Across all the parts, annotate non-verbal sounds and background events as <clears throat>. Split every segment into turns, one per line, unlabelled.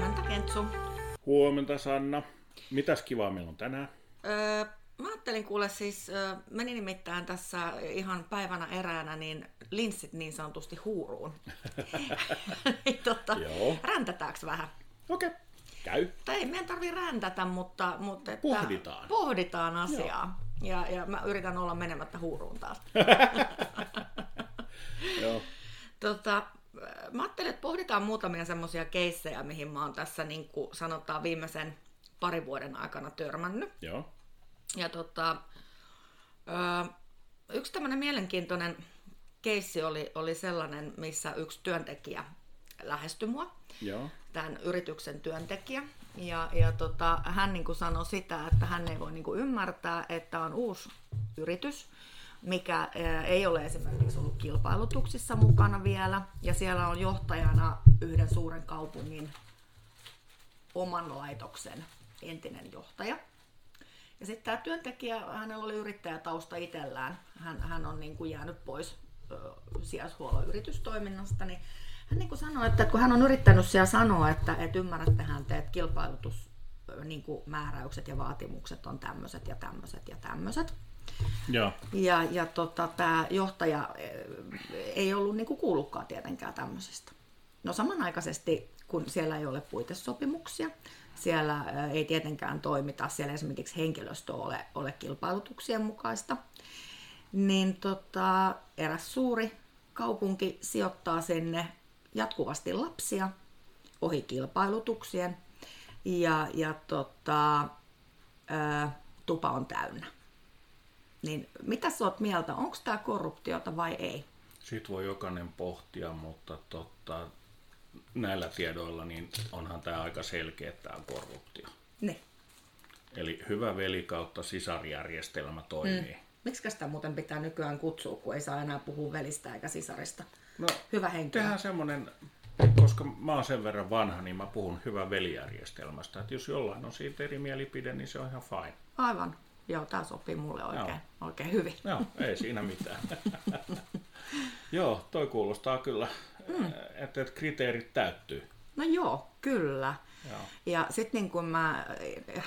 Kutsu.
Huomenta Sanna. Mitäs kivaa meillä on tänään?
Öö, mä ajattelin kuule siis, öö, meni nimittäin tässä ihan päivänä eräänä niin linssit niin sanotusti
<laughs>
huuruun. niin, tota,
Joo.
räntätääks vähän?
Okei, okay. käy.
Tai ei meidän tarvi räntätä, mutta... mutta että
Pohditaan.
Pohditaan asiaa. Ja, ja mä yritän olla menemättä huuruun taas.
Joo.
Tota, mä ajattelin, että pohditaan muutamia semmoisia keissejä, mihin mä oon tässä niin kuin sanotaan viimeisen parin vuoden aikana törmännyt.
Joo.
Ja tota, ö, yksi tämmöinen mielenkiintoinen keissi oli, oli sellainen, missä yksi työntekijä lähestyi mua,
Joo.
tämän yrityksen työntekijä. Ja, ja tota, hän niin kuin sanoi sitä, että hän ei voi niin kuin ymmärtää, että on uusi yritys, mikä ö, ei ole esimerkiksi ollut kilpailutuksissa mukana vielä. Ja siellä on johtajana yhden suuren kaupungin oman laitoksen entinen johtaja. Ja sitten tämä työntekijä, hänellä oli yrittäjätausta itsellään. Hän, hän on niin kuin jäänyt pois ö, sijaishuollon yritystoiminnasta. Niin hän niin kuin sanoi, että kun hän on yrittänyt siellä sanoa, että, että ymmärrättehän te, että kilpailutus ö, niin kuin määräykset ja vaatimukset on tämmöiset ja tämmöiset ja tämmöiset.
Joo.
Ja, ja tota, tämä johtaja eh, ei ollut niinku kuullutkaan tietenkään tämmöisestä. No samanaikaisesti, kun siellä ei ole puitesopimuksia, siellä eh, ei tietenkään toimita, siellä esimerkiksi henkilöstö ole, ole kilpailutuksien mukaista, niin tota, eräs suuri kaupunki sijoittaa sinne jatkuvasti lapsia ohi kilpailutuksien ja, ja tota, ö, tupa on täynnä. Niin mitä sä oot mieltä, onko tämä korruptiota vai ei?
Sitten voi jokainen pohtia, mutta totta, näillä tiedoilla niin onhan tämä aika selkeä, että tämä on korruptio.
Niin.
Eli hyvä veli kautta sisarjärjestelmä toimii. Mm.
Miksi sitä muuten pitää nykyään kutsua, kun ei saa enää puhua velistä eikä sisarista?
No,
Hyvä henkilö.
tehdään semmoinen, koska mä oon sen verran vanha, niin mä puhun hyvä velijärjestelmästä. Että jos jollain on siitä eri mielipide, niin se on ihan fine.
Aivan. Joo, tämä sopii mulle oikein, oikein hyvin.
Joo, ei siinä mitään. <laughs> Joo, toi kuulostaa kyllä, mm. että et kriteerit täyttyy.
No joo, kyllä.
Joo.
Ja sitten niin kun mä,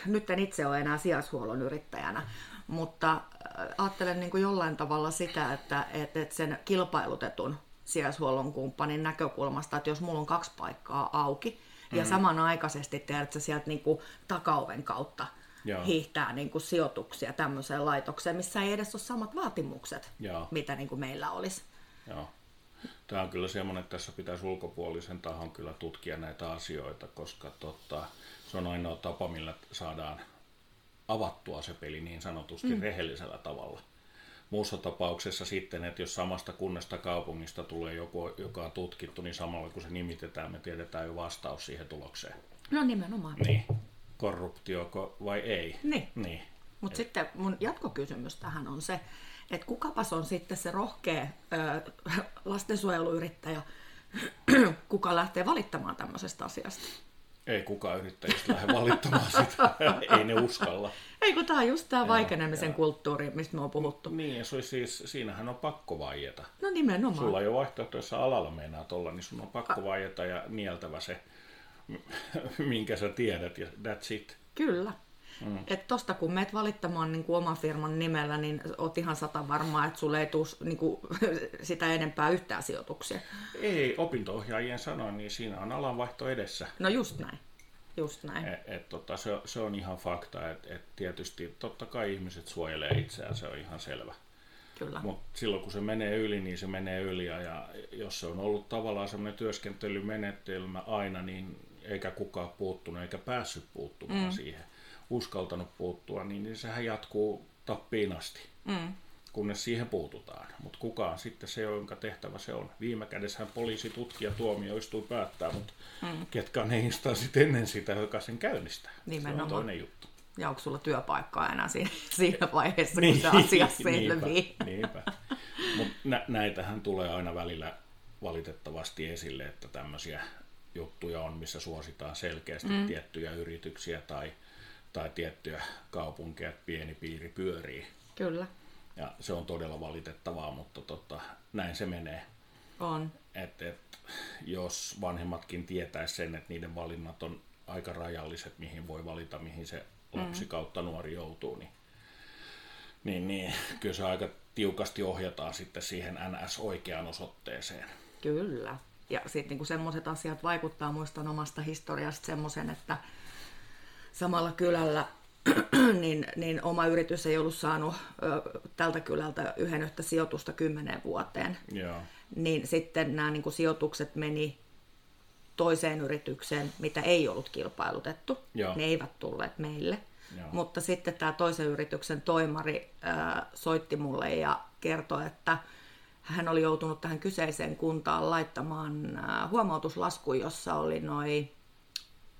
nyt en itse ole enää sijaishuollon yrittäjänä, mutta äh, ajattelen niin kuin jollain tavalla sitä, että et, et sen kilpailutetun sijaishuollon kumppanin näkökulmasta, että jos mulla on kaksi paikkaa auki ja
Mm.
samanaikaisesti teet sä sieltä niin kuin takauven kautta
Joo.
hiihtää niin kuin sijoituksia tämmöiseen laitokseen, missä ei edes ole samat vaatimukset,
Joo.
mitä niin kuin meillä olisi.
Joo. Tämä on kyllä semmoinen, että tässä pitäisi ulkopuolisen tahon kyllä tutkia näitä asioita, koska tota, se on ainoa tapa, millä saadaan avattua se peli niin sanotusti mm. rehellisellä tavalla. Muussa tapauksessa sitten, että jos samasta kunnasta kaupungista tulee joku, joka on tutkittu, niin samalla kun se nimitetään, me tiedetään jo vastaus siihen tulokseen.
No nimenomaan.
Niin, korruptioko vai ei?
Niin.
Niin,
Mutta sitten mun jatkokysymys tähän on se, että kukapas on sitten se rohkea ö, lastensuojeluyrittäjä, kuka lähtee valittamaan tämmöisestä asiasta.
ei kukaan yrittäjistä lähde valittamaan <laughs> sitä, ei ne uskalla.
Ei kun tämä on just tämä vaikenemisen kulttuuri, mistä me on puhuttu.
Niin, ja se olisi siis, siinähän on pakko vaieta.
No nimenomaan.
Sulla ei ole vaihtoehto, jos sä alalla meinaat olla, niin sun on pakko vaieta ja nieltävä se, minkä sä tiedät, ja that's it.
Kyllä. Mm. Että tosta kun meet valittamaan niin kuin oman firman nimellä, niin oot ihan sata varmaa, että sulle ei tule niin kuin, <laughs> sitä enempää yhtään sijoituksia.
Ei, opinto-ohjaajien sanoin, niin siinä on alanvaihto edessä.
No just näin. Just näin.
Et, et, tota, se, se on ihan fakta, että et tietysti totta kai ihmiset suojelee itseään, se on ihan selvä.
Kyllä.
Mutta silloin kun se menee yli, niin se menee yli. Ja, ja jos se on ollut tavallaan semmoinen työskentelymenetelmä aina, niin eikä kukaan puuttunut eikä päässyt puuttumaan mm. siihen, uskaltanut puuttua, niin, niin sehän jatkuu tappiin asti,
Mm.
kunnes siihen puututaan. Mutta kukaan sitten se, jonka tehtävä se on. Viime kädessähän poliisi, tutkija, tuomioistuin päättää, mutta mm. ketkä on ne instanssit ennen sitä, joka sen käynnistää. Se on
Nimenomaan.
toinen juttu.
Ja onko sulla työpaikkaa enää siinä, <laughs> siinä vaiheessa, kun se asia selvii?
Niin, Niinpä, niinpä. Mut nä- näitähän tulee aina välillä valitettavasti esille, että tämmöisiä juttuja on, missä suositaan selkeästi mm. tiettyjä yrityksiä tai, tai tiettyjä kaupunkeja, että pieni piiri pyörii.
Kyllä,
Ja se on todella valitettavaa, mutta tota, näin se menee.
on.
Et, et, jos vanhemmatkin tietäisi sen, että niiden valinnat on aika rajalliset, mihin voi valita, mihin se lapsi kautta nuori joutuu, niin, niin, niin kyllä se aika tiukasti ohjataan sitten siihen NS-oikeaan osoitteeseen.
Kyllä. Ja sitten niinku semmoiset asiat vaikuttaa, muistan omasta historiasta semmoisen, että samalla kylällä <clears throat> niin, niin oma yritys ei ollut saanut ö, tältä kylältä yhden yhtä sijoitusta kymmeneen vuoteen.
Joo.
Niin sitten nämä niinku sijoitukset meni toiseen yritykseen, mitä ei ollut kilpailutettu.
Joo.
Ne eivät tulleet meille.
Joo.
Mutta sitten tämä toisen yrityksen toimari äh, soitti mulle ja kertoi, että hän oli joutunut tähän kyseiseen kuntaan laittamaan äh, huomautuslaskun, jossa oli noi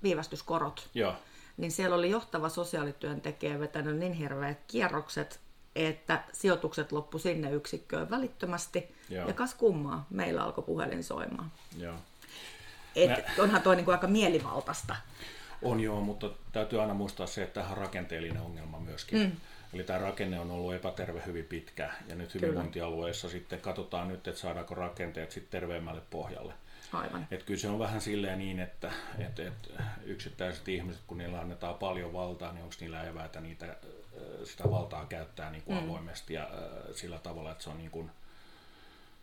viivästyskorot.
Joo.
Niin siellä oli johtava sosiaalityöntekijä vetänyt niin hirveät kierrokset, että sijoitukset loppu sinne yksikköön välittömästi.
Joo.
Ja kas kummaa, meillä alkoi puhelin soimaan.
Joo.
Et
Mä-
onhan toi niinku aika mielivaltaista.
On joo, mutta täytyy aina muistaa se, että tähän on rakenteellinen ongelma myöskin. Mm. Eli tämä rakenne on ollut epäterve hyvin pitkään ja nyt hyvinvointialueessa sitten katsotaan nyt, että saadaanko rakenteet sitten terveemmälle pohjalle.
Aivan.
Et kyllä se on vähän silleen niin, että et, et yksittäiset ihmiset, kun niillä annetaan paljon valtaa, niin onko niillä eväitä niitä, äh, sitä valtaa käyttää niin kuin mm. avoimesti ja äh, sillä tavalla, että se on niin kuin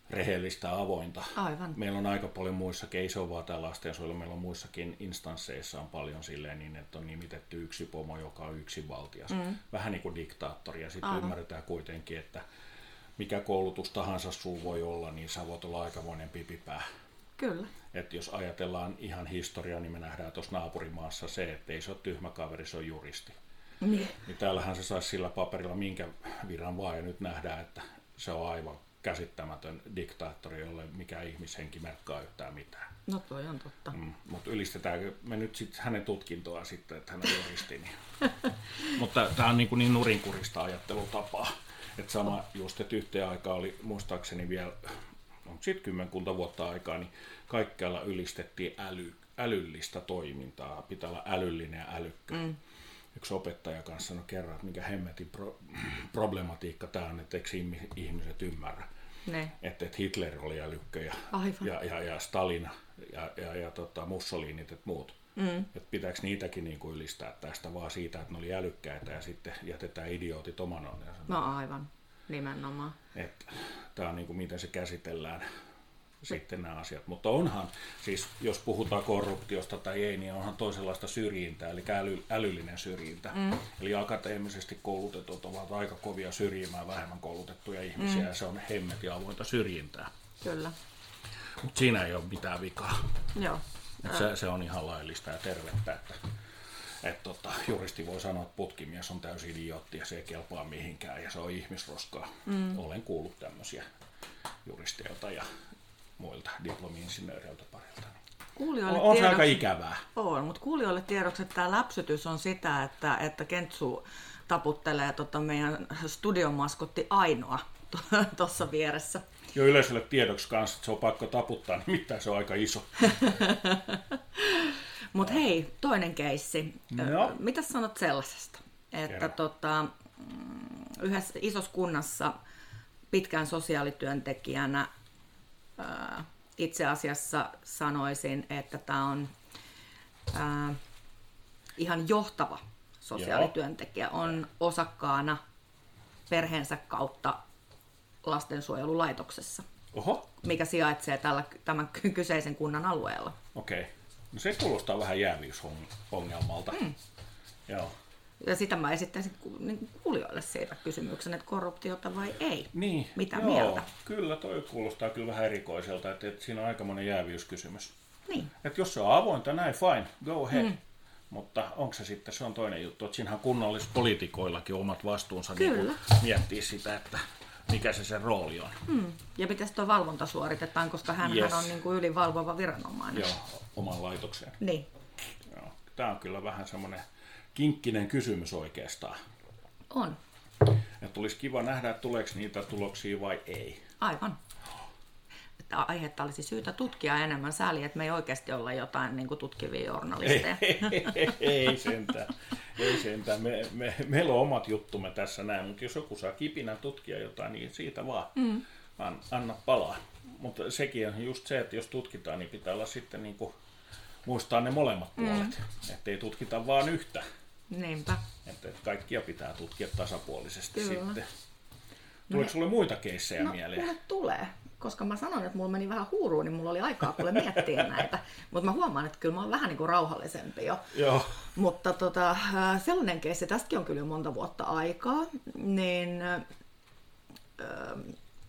rehellistä ja avointa.
Aivan.
Meillä on aika paljon muissakin, ei se ole vaan täällä lastensuojelu, meillä on muissakin instansseissa on paljon silleen niin, että on nimitetty yksi pomo, joka on yksinvaltias. Mm. Vähän niin kuin diktaattori ja sitten ymmärretään kuitenkin, että mikä koulutus tahansa sulla voi olla, niin sä voit olla aikamoinen pipipää.
Kyllä.
Et jos ajatellaan ihan historiaa, niin me nähdään tuossa naapurimaassa se, että ei se ole tyhmä kaveri, se on juristi.
Niin.
Niin täällähän se saisi sillä paperilla minkä viran vaan, ja nyt nähdään, että se on aivan käsittämätön diktaattori, jolle mikä ihmishenki merkkaa yhtään mitään.
No toi on totta.
Mm. Mutta ylistetäänkö me nyt sit hänen tutkintoa sitten, että hän on juristi. Niin. Mutta tämä on niin, kuin niin nurinkurista ajattelutapaa. Et sama just, että yhteen aikaan oli muistaakseni vielä, onko sitten kymmenkunta vuotta aikaa, niin kaikkialla ylistettiin äly, älyllistä toimintaa. Pitää olla älyllinen ja älykkä. Mm. Yksi opettaja kanssa sanoi kerran, että mikä hemmetin pro- <clears throat> problematiikka tämä on, että eikö ihmi- ihmiset ymmärrä
Ne.
että, että Hitler oli älykkö ja,
Aivan.
ja, ja, ja Stalin ja, ja, ja tota Mussolinit ja muut. Mm. Että pitääkö niitäkin niin kuin ylistää tästä vaan siitä, että ne oli älykkäitä ja sitten jätetään idiootit oman onnensa.
No aivan, nimenomaan.
Että tämä on niin kuin, miten se käsitellään sitten nämä asiat. Mutta onhan, siis jos puhutaan korruptiosta tai ei, niin onhan toisenlaista syrjintää, eli äly, älyllinen syrjintä. Mm. Eli akateemisesti koulutetut ovat aika kovia syrjimään vähemmän koulutettuja ihmisiä, mm. ja se on hemmetin avointa syrjintää.
Kyllä.
Mutta siinä ei ole mitään vikaa.
Joo.
Et se, se on ihan laillista ja tervettä, että et tota, juristi voi sanoa, että putkimies on täysin idiootti ja se ei kelpaa mihinkään ja se on ihmisroskaa. Mm. Olen kuullut tämmöisiä juristeilta ja muilta diplomi-insinööreiltä parilta. On,
Kuulijoille
on se aika
tiedoksi,
ikävää.
on, mutta kuulijoille tiedoksi, että tämä läpsytys on sitä, että, että Kentsu taputtelee tota meidän studion maskotti Ainoa <laughs> tuossa vieressä.
Jo yleisölle tiedoksi kanssa, että se on pakko taputtaa, nimittäin se on aika iso.
Mutta hei, toinen keissi.
No.
Ö, Mitä sanot sellaisesta? Että
Kerro.
tota, mm, yhdessä isossa kunnassa pitkään sosiaalityöntekijänä ö, itse asiassa sanoisin, että tämä on ö, ihan johtava sosiaalityöntekijä. On osakkaana perheensä kautta lastensuojelulaitoksessa,
Oho,
mikä sijaitsee tällä, tämän ky- kyseisen kunnan alueella.
okei. Okay. No se kuulostaa vähän jääviysongelmalta. Mm. Joo.
Ja sitä mä esittäisin ku- niin kuulijoille siitä kysymyksen, että korruptiota vai ei.
Niin,
Mitä
joo,
mieltä?
Kyllä toi kuulostaa kyllä vähän erikoiselta, että, että siinä on aikamoinen jääviyskysymys.
Niin,
Että jos se on avointa, näin fine, go ahead. Mm. Mutta onko se sitten, se on toinen juttu, että siinähän kunnallispoliitikoillakin on omat vastuunsa
Kyllä.
Niin miettiä sitä, että mikä se sen rooli on. Mm.
ja miten tuo valvonta suoritetaan, koska hän yes.
Yes.
on niin kuin ylivalvova viranomainen.
Joo, oman laitokseen.
Niin,
Joo. Tämä on kyllä vähän semmoinen kinkkinen kysymys oikeastaan.
on.
Että olisi kiva nähdä, että tuleeko niitä tuloksia vai ei.
Aivan. Tämä aihetta olisi syytä tutkia enemmän. Sääli, että me ei oikeasti olla jotain niin kuin tutkivia journalisteja.
ei sentään. Ei sentään. Me, me, meillä on omat juttumme tässä näin, mutta jos joku saa kipinä tutkia jotain, niin siitä vaan mm. An, anna palaa. Mutta sekin on just se, että jos tutkitaan, niin pitää olla sitten niin kuin muistaa ne molemmat puolet, mm. ettei tutkita vaan yhtä.
Niinpä.
Että että kaikkia pitää tutkia tasapuolisesti
Kyllä.
sitten. Tuliko sulle muita keissejä
No,
mieleen?
mulle tulee. Koska mä sanoin, että mulla meni vähän huuruun, niin mulla oli aikaa kuule miettiä näitä. Mutta mä huomaan, että kyllä mä oon vähän niin kuin rauhallisempi jo.
Joo.
Mutta tota, äh, sellainen keissi, tästäkin on kyllä jo monta vuotta aikaa, niin äh,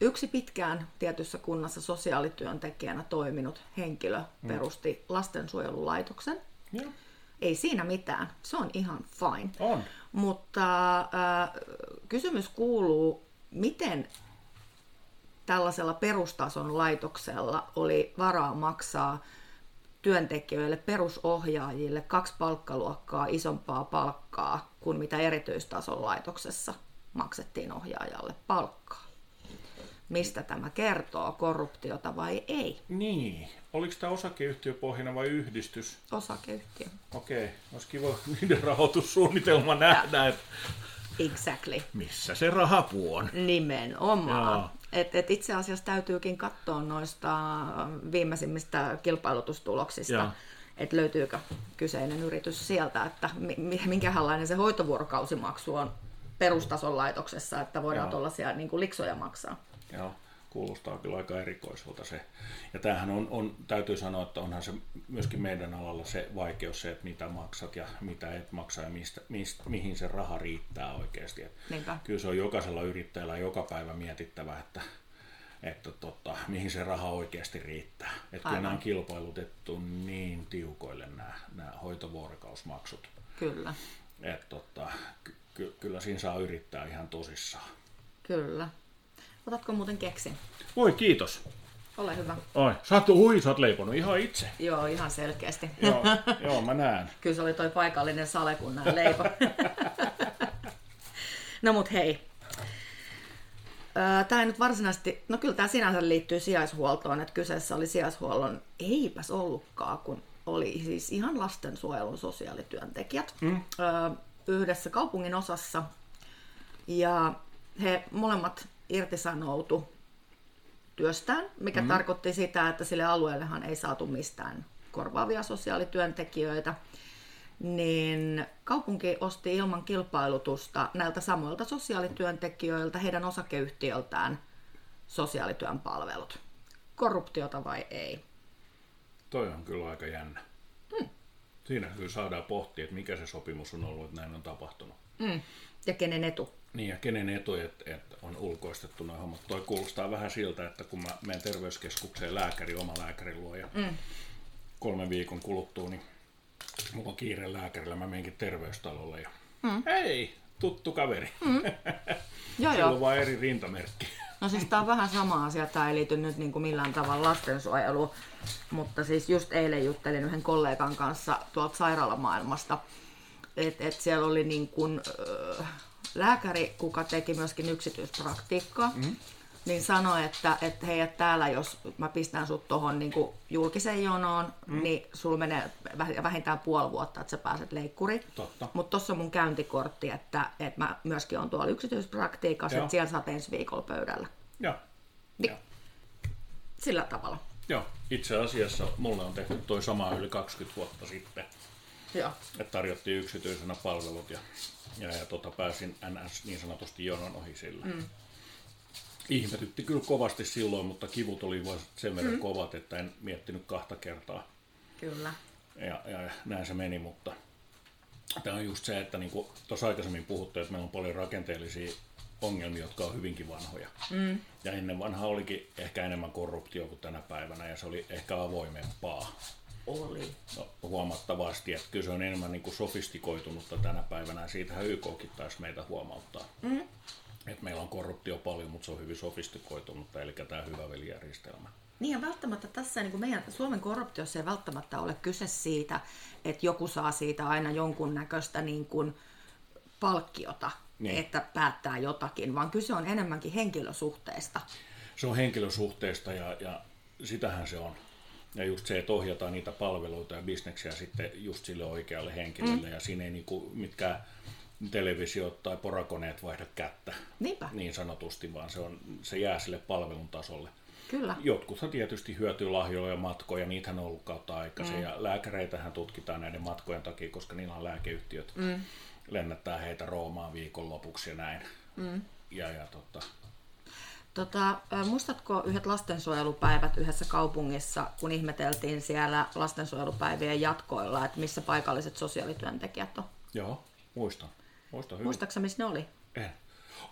yksi pitkään tietyssä kunnassa sosiaalityöntekijänä toiminut henkilö perusti lastensuojelulaitoksen.
Joo.
Ei siinä mitään, se on ihan fine.
On.
Mutta äh, kysymys kuuluu, miten tällaisella perustason laitoksella oli varaa maksaa työntekijöille, perusohjaajille kaksi palkkaluokkaa isompaa palkkaa kuin mitä erityistason laitoksessa maksettiin ohjaajalle palkkaa. Mistä tämä kertoo, korruptiota vai ei?
Niin. Oliko tämä osakeyhtiöpohjana vai yhdistys?
Osakeyhtiö.
Okei, olisi kiva <laughs> niiden rahoitussuunnitelma nähdä, että
Exactly.
missä se rahapuu on. Joo.
Nimenomaan. Et, et itse asiassa täytyykin katsoa noista viimeisimmistä
Joo.
kilpailutustuloksista, että löytyykö kyseinen yritys sieltä, että mi- mi- minkälainen se hoitovuorokausimaksu on perustason laitoksessa, että voidaan
Joo.
tuollaisia niin liksoja maksaa.
Joo, kuulostaa kyllä aika erikoiselta se. Ja tämähän on, on, täytyy sanoa, että onhan se myöskin meidän alalla se vaikeus se, että mitä maksat ja mitä et maksa ja mistä, mistä, mihin se raha riittää oikeasti. Et
Niinpä.
Kyllä se on jokaisella yrittäjällä joka päivä mietittävä, että, että tota, mihin se raha oikeasti riittää. Et kyllä
Aivan.
nämä on kilpailutettu niin tiukoille nämä, nämä hoitovuorokausmaksut.
Kyllä,
Et tota, ky- ky- kyllä siinä saa yrittää ihan tosissaan.
kyllä. Otatko muuten keksin?
Voi kiitos.
Ole hyvä.
Oi, sä oot, ui, sä oot leiponut ihan itse.
Joo, ihan selkeästi.
<laughs> joo, joo, mä näen.
Kyllä se oli toi paikallinen sale, kun näin leipo. <laughs> no mut hei. Tämä ei nyt varsinaisesti, no kyllä tämä sinänsä liittyy sijaishuoltoon, että kyseessä oli sijaishuollon, eipäs ollutkaan, kun oli siis ihan lastensuojelun sosiaalityöntekijät mm. yhdessä kaupungin osassa. Ja he molemmat irtisanoutu työstään, mikä mm. tarkoitti sitä, että sille alueellehan ei saatu mistään korvaavia sosiaalityöntekijöitä, niin kaupunki osti ilman kilpailutusta näiltä samoilta sosiaalityöntekijöiltä, heidän osakeyhtiöltään sosiaalityön palvelut. Korruptiota vai ei?
Toi on kyllä aika jännä. Hmm. Siinä kyllä saadaan pohtia, että mikä se sopimus on ollut, että näin on tapahtunut.
Mm. Ja kenen etu?
Niin ja kenen etu, että et on ulkoistettu nuo hommat. Toi kuulostaa vähän siltä, että kun mä menen terveyskeskukseen lääkäri, oma lääkäri luo ja mm. kolmen viikon kuluttua, niin mulla on kiire lääkärillä, mä menenkin terveystalolle ja mm. hei, tuttu kaveri. Mm.
Joo,
Sillä on vaan eri rintamerkki.
No siis tää on vähän sama asia, tämä ei liity nyt niin kuin millään tavalla lastensuojeluun, mutta siis just eilen juttelin yhden kollegan kanssa tuolta sairaalamaailmasta, että et siellä oli niin kuin, äh, lääkäri, kuka teki myöskin yksityispraktiikkaa, mm niin sanoi, että, että hei, että täällä jos mä pistän sut tuohon niin julkiseen jonoon, mm niin sulla menee väh- vähintään puoli vuotta, että sä pääset leikkuriin.
Totta.
Mutta tuossa on mun käyntikortti, että, että mä myöskin on tuolla yksityispraktiikassa,
Joo.
että siellä saat ensi viikolla pöydällä.
Joo.
Niin.
Joo.
Sillä tavalla.
Joo, itse asiassa mulle on tehty toi sama yli 20 vuotta sitten,
Joo.
että tarjottiin yksityisenä palvelut ja, ja, ja tota, pääsin NS niin sanotusti jonon ohi sillä. Mm. Ihmetytti kyllä kovasti silloin, mutta kivut oli vaan sen verran mm. kovat, että en miettinyt kahta kertaa.
Kyllä.
Ja, ja ja näin se meni, mutta tämä on just se, että niin tuossa aikaisemmin puhuttiin, että meillä on paljon rakenteellisia ongelmia, jotka on hyvinkin vanhoja. Mm. Ja ennen vanha olikin ehkä enemmän korruptio kuin tänä päivänä ja se oli ehkä avoimempaa
Oli.
no, huomattavasti. Että kyllä se on enemmän niin kuin sofistikoitunutta tänä päivänä ja siitähän YKkin taisi meitä huomauttaa. Mm. Että meillä on korruptio paljon, mutta se on hyvin sofistikoitunutta, eli tämä hyvä velijärjestelmä.
Niin ja välttämättä tässä niin kuin meidän Suomen korruptiossa ei välttämättä ole kyse siitä, että joku saa siitä aina jonkunnäköistä niin kuin palkkiota,
Niin.
niin. että päättää jotakin, vaan kyse on enemmänkin henkilösuhteista.
se on henkilösuhteista ja, ja sitähän se on. Ja just se, että ohjataan niitä palveluita ja bisneksiä sitten just sille oikealle henkilölle. Mm. Ja siinä ei niinku mitkään televisiot tai porakoneet vaihda kättä
Niinpä.
niin sanotusti, vaan se, on, se jää sille palvelun tasolle.
Kyllä.
Jotkuthan tietysti hyötyy lahjoja, matkoja, niitä on ollut kautta aikaisin. Mm. Ja lääkäreitähän tutkitaan näiden matkojen takia, koska niillä on lääkeyhtiöt. Mm. Lennättää heitä Roomaan viikonlopuksi ja näin. Mm. Ja, ja tota,
Tota, muistatko yhdet lastensuojelupäivät yhdessä kaupungissa, kun ihmeteltiin siellä lastensuojelupäivien jatkoilla, että missä paikalliset sosiaalityöntekijät on?
joo, muistan. Muistan hyvin.
Muistaaksä, missä ne oli?
En.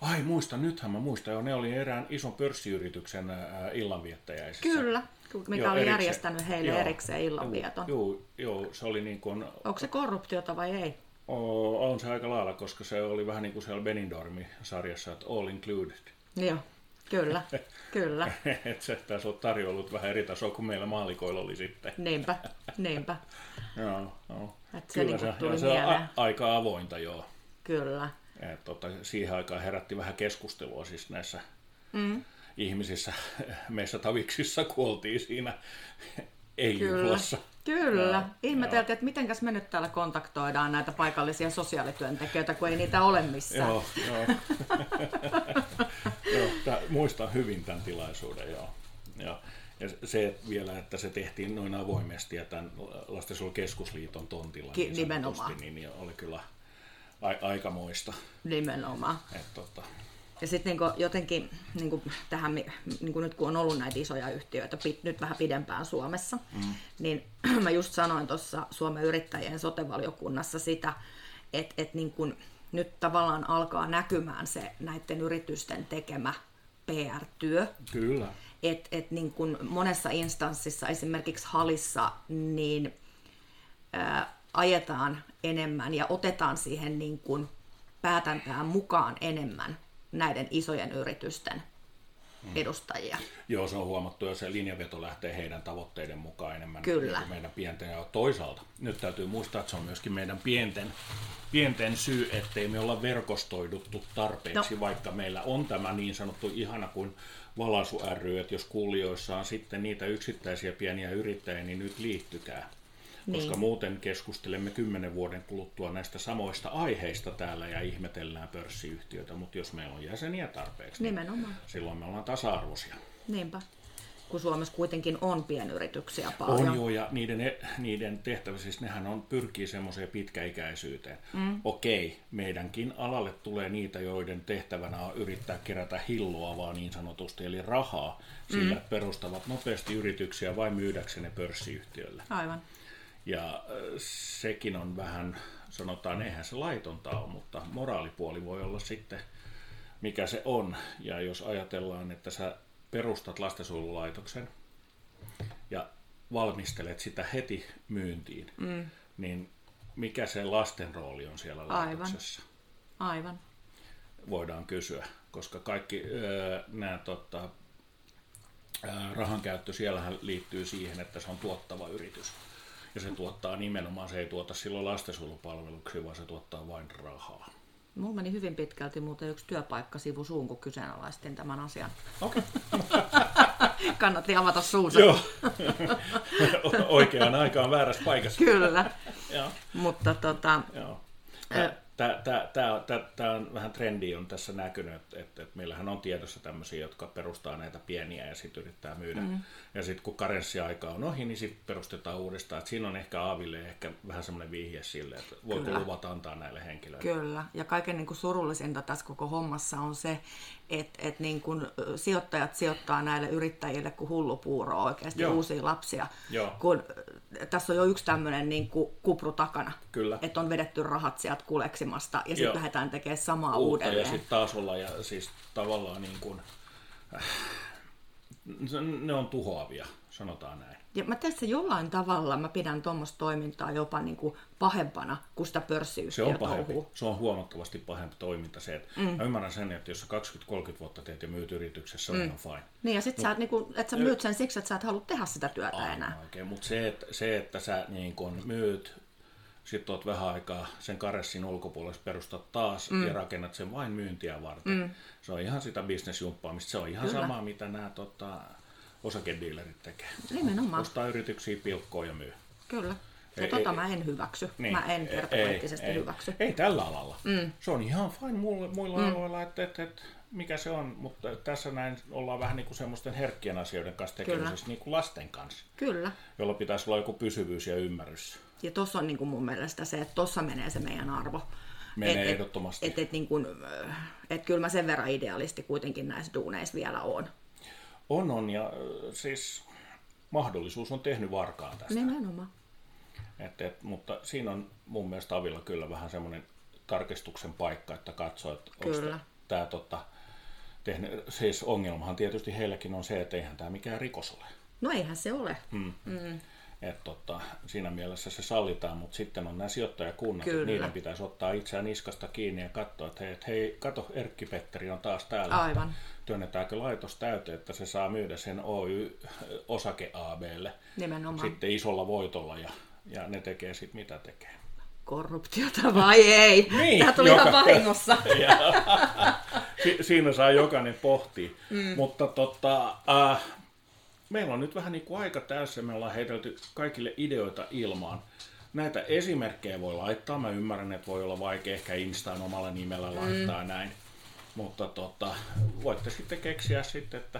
Ai muista, nythän mä muistan. Joo, ne oli erään ison pörssiyrityksen ää, illanviettäjäisissä.
Kyllä, mikä
Joo,
oli
erikseen-
järjestänyt heille
joo.
erikseen illanvieton.
Joo, joo, se oli niin kuin,
Onko se korruptiota vai ei?
o, on se aika lailla, koska se oli vähän niin kuin siellä Benindormi-sarjassa, että all included. <laughs>
Joo, kyllä, kyllä.
Et se tässä on tarjollut vähän eri tasoa kuin meillä maalikoilla oli sitten.
Niinpä, niinpä,
Joo, joo.
Et se niinku tuli
joo, se on
mieleen.
a, aika avointa joo.
kyllä.
Et, tota, siihen aikaan herätti vähän keskustelua siis näissä mm. ihmisissä. <laughs> Meissä taviksissa kuoltiin siinä
Kyllä.
ei-juhlassa.
Kyllä.
Joo,
Ihmeteltiin, että mitenkäs me nyt täällä kontaktoidaan näitä paikallisia sosiaalityöntekijöitä, kun ei niitä ole missään.
Joo, joo. <laughs> joo tää, muistan hyvin tämän tilaisuuden, joo. joo. Ja se vielä, että se tehtiin noin avoimesti ja tämän Lastensuojelun keskusliiton tontilla.
Ki-
sanotusti,
nimenomaan.
Niin oli kyllä a- aikamoista.
Nimenomaan.
Et, tota,
Ja sitten niinku jotenkin niinku tähän, mi- niinku nyt kun on ollut näitä isoja yhtiöitä pit, nyt vähän pidempään Suomessa, mm. niin <clears throat> mä just sanoin tuossa Suomen yrittäjien sotevaliokunnassa sitä, että et niinku nyt tavallaan alkaa näkymään se näiden yritysten tekemä PR-työ,
kyllä,
että et niin kun monessa instanssissa, esimerkiksi halissa, niin ää, ajetaan enemmän ja otetaan siihen niin kun päätäntään mukaan enemmän näiden isojen yritysten
Mm.
edustajia.
Joo, se on huomattu, ja se linjaveto lähtee heidän tavoitteiden mukaan enemmän
Kyllä.
kuin meidän pienten. Ja toisaalta, nyt täytyy muistaa, että se on myöskin meidän pienten, pienten syy, ettei me olla verkostoiduttu tarpeeksi,
No.
no. vaikka meillä on tämä niin sanottu ihana kuin Valasu ry, että jos kuulijoissa on sitten niitä yksittäisiä pieniä yrittäjiä, niin nyt liittykää. Koska
Niin.
muuten keskustelemme kymmenen vuoden kuluttua näistä samoista aiheista täällä ja ihmetellään pörssiyhtiöitä, mutta jos meillä on jäseniä tarpeeksi, niin
Nimenomaan.
silloin me ollaan tasa-arvoisia.
Niinpä. Kun Suomessa kuitenkin on pienyrityksiä paljon.
On joo, ja niiden, e-, niiden tehtävä, siis nehän on, pyrkii semmoiseen pitkäikäisyyteen. Mm. Okei, meidänkin alalle tulee niitä, joiden tehtävänä on yrittää kerätä hilloa vaan niin sanotusti, eli rahaa, sillä mm. perustavat nopeasti yrityksiä vai myydäkseen ne pörssiyhtiölle.
Aivan.
Ja äh, sekin on vähän, sanotaan, eihän se laitonta ole, mutta moraalipuoli voi olla sitten, mikä se on. Ja jos ajatellaan, että sä perustat lastensuojelulaitoksen ja valmistelet sitä heti myyntiin, mm. niin mikä se lasten rooli on siellä
Aivan.
laitoksessa?
Aivan.
voidaan kysyä, koska kaikki öö, nämä tota, öö, rahankäyttö siellähän liittyy siihen, että se on tuottava yritys. Ja se tuottaa nimenomaan, se ei tuota silloin lastensuojelupalveluksi, vaan se tuottaa vain rahaa.
Mulla meni hyvin pitkälti muuten yksi työpaikka sivu suun, kun kyseenalaistin tämän asian.
Okei.
<laughs> Kannatti avata suunsa.
<laughs> Joo. Oikeaan aikaan väärässä paikassa.
Kyllä.
Joo.
Mutta tota,
Joo. Tämä on vähän trendi on tässä näkynyt, että, että että meillähän on tiedossa tämmöisiä, jotka perustaa näitä pieniä ja sitten yrittää myydä.
Mm-hmm.
Mm. Ja sitten kun karenssiaika on ohi, niin sitten perustetaan uudestaan. Et siinä on ehkä Aaville ehkä vähän semmoinen vihje sille, että voiko
Kyllä.
luvat antaa näille henkilöille.
Kyllä, ja kaiken niin kuin surullisinta tässä koko hommassa on se, että et niin kuin ö, sijoittajat sijoittaa näille yrittäjille kuin hullupuuroa oikeasti Joo.
Joo.
uusia lapsia.
Joo.
Kun, ö, tässä on jo yksi tämmöinen niin kuin kupru takana,
Kyllä.
että on vedetty rahat sieltä kuleksimasta ja sitten
Joo.
lähdetään tekemään samaa
uutta ja
uudelleen.
sitten taas olla ja siis tavallaan niin kuin, ne on tuhoavia, sanotaan näin.
Ja mä tässä jollain tavalla mä pidän tuommoista toimintaa jopa niin kuin pahempana kuin sitä
Se on
pörssiyhtiöt
pahempi. Se on huomattavasti pahempi toiminta se, että mm. mä ymmärrän sen, että jos sä 20-30 vuotta teet ja myyt yrityksessä, mm. niin on fine.
Niin ja sit sä, et, niin kuin, et sä myyt sen siksi, että sä et halua tehdä sitä työtä enää.
Oikein, mutta se, että, se, että sä niin kun myyt, sitten oot vähän aikaa sen karessin ulkopuolella, perustat taas mm. ja rakennat sen vain myyntiä varten. Mm. Se on ihan sitä bisnesjumppaamista. Se on ihan
Kyllä.
Kyllä. sama, mitä nämä tota, osakediilerit tekee.
Nimenomaan.
Ostaa yrityksiä pilkkoon ja myy.
Kyllä. Ja
Ei-
tota
ei-
mä en hyväksy. Niin. Mä en kertakaikkisesti
ei,
hyväksy.
Ei, ei tällä alalla. Mm. Se on ihan fine muilla, muilla mm. aloilla, että et, et, mikä se on, mutta tässä näin ollaan vähän niin kuin semmoisten herkkien asioiden kanssa
Kyllä.
tekemisissä, niin kuin lasten kanssa,
Kyllä.
jolla pitäisi olla joku pysyvyys ja ymmärrys.
Ja tuossa on niin kuin mun mielestä se, että tuossa menee se meidän arvo.
Menee
et,
ehdottomasti.
Et, et, niin kuin, et kyllä mä sen verran idealisti kuitenkin näissä duuneissa vielä on.
On, on, ja ö, siis mahdollisuus on tehnyt varkaan tästä.
Nimenomaan.
Et, et, mutta siinä on mun mielestä Avilla kyllä vähän semmoinen tarkistuksen paikka, että katsoo, että
Kyllä.
onko tämä tota, tehnyt, siis ongelmahan tietysti heilläkin on se, että eihän tämä mikään rikos ole.
No eihän se ole.
Hmm.
Mm.
Et, tota, siinä mielessä se sallitaan, mutta sitten on nämä sijoittajakunnat, että
Kyllä.
niiden pitäisi ottaa itseään niskasta kiinni ja katsoa, että hei, et hei kato, Erkki-Petteri on taas täällä.
Aivan.
Että Työnnetäänkö laitos täyteen, että se saa myydä sen Oy-osake ABlle
Nimenomaan.
sitten isolla voitolla ja, ja ne tekee sitten mitä tekee.
Korruptiota vai ei?
<laughs> Niin,
Tämä tuli
joka-
ihan
<laughs>
vahingossa.
Si- siinä saa jokainen pohtia. Mm. Mutta tota, äh, meillä on nyt vähän niin kuin aika täyssä. Me ollaan heitelty kaikille ideoita ilmaan. Näitä esimerkkejä voi laittaa. Mä ymmärrän, että voi olla vaikea ehkä Instaan omalla nimellä laittaa mm. näin. Mutta tota, voitte sitten keksiä sitten, että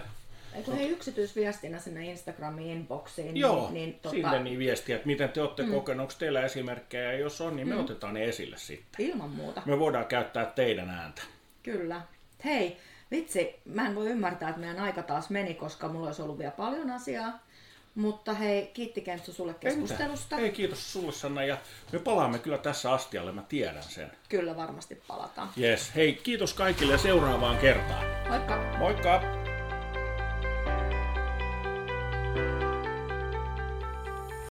Eikö hei yksityisviestinä sinne Instagramiin inboxiin?
joo,
niin, niin, tota,
sinne niin viestiä, että miten te olette mm. kokenut, onko teillä esimerkkejä, ja jos on, niin me mm. otetaan ne esille sitten.
ilman muuta.
Me voidaan käyttää teidän ääntä.
Kyllä. Hei, vitsi, mä en voi ymmärtää, että meidän aika taas meni, koska mulla olisi ollut vielä paljon asiaa. Mutta hei, kiitti Kentsu sulle keskustelusta.
Ei, Ei, kiitos sulle Sanna ja me palaamme kyllä tässä astialle, mä tiedän sen.
Kyllä varmasti palataan.
Yes, hei kiitos kaikille ja seuraavaan kertaan.
Moikka!
Moikka!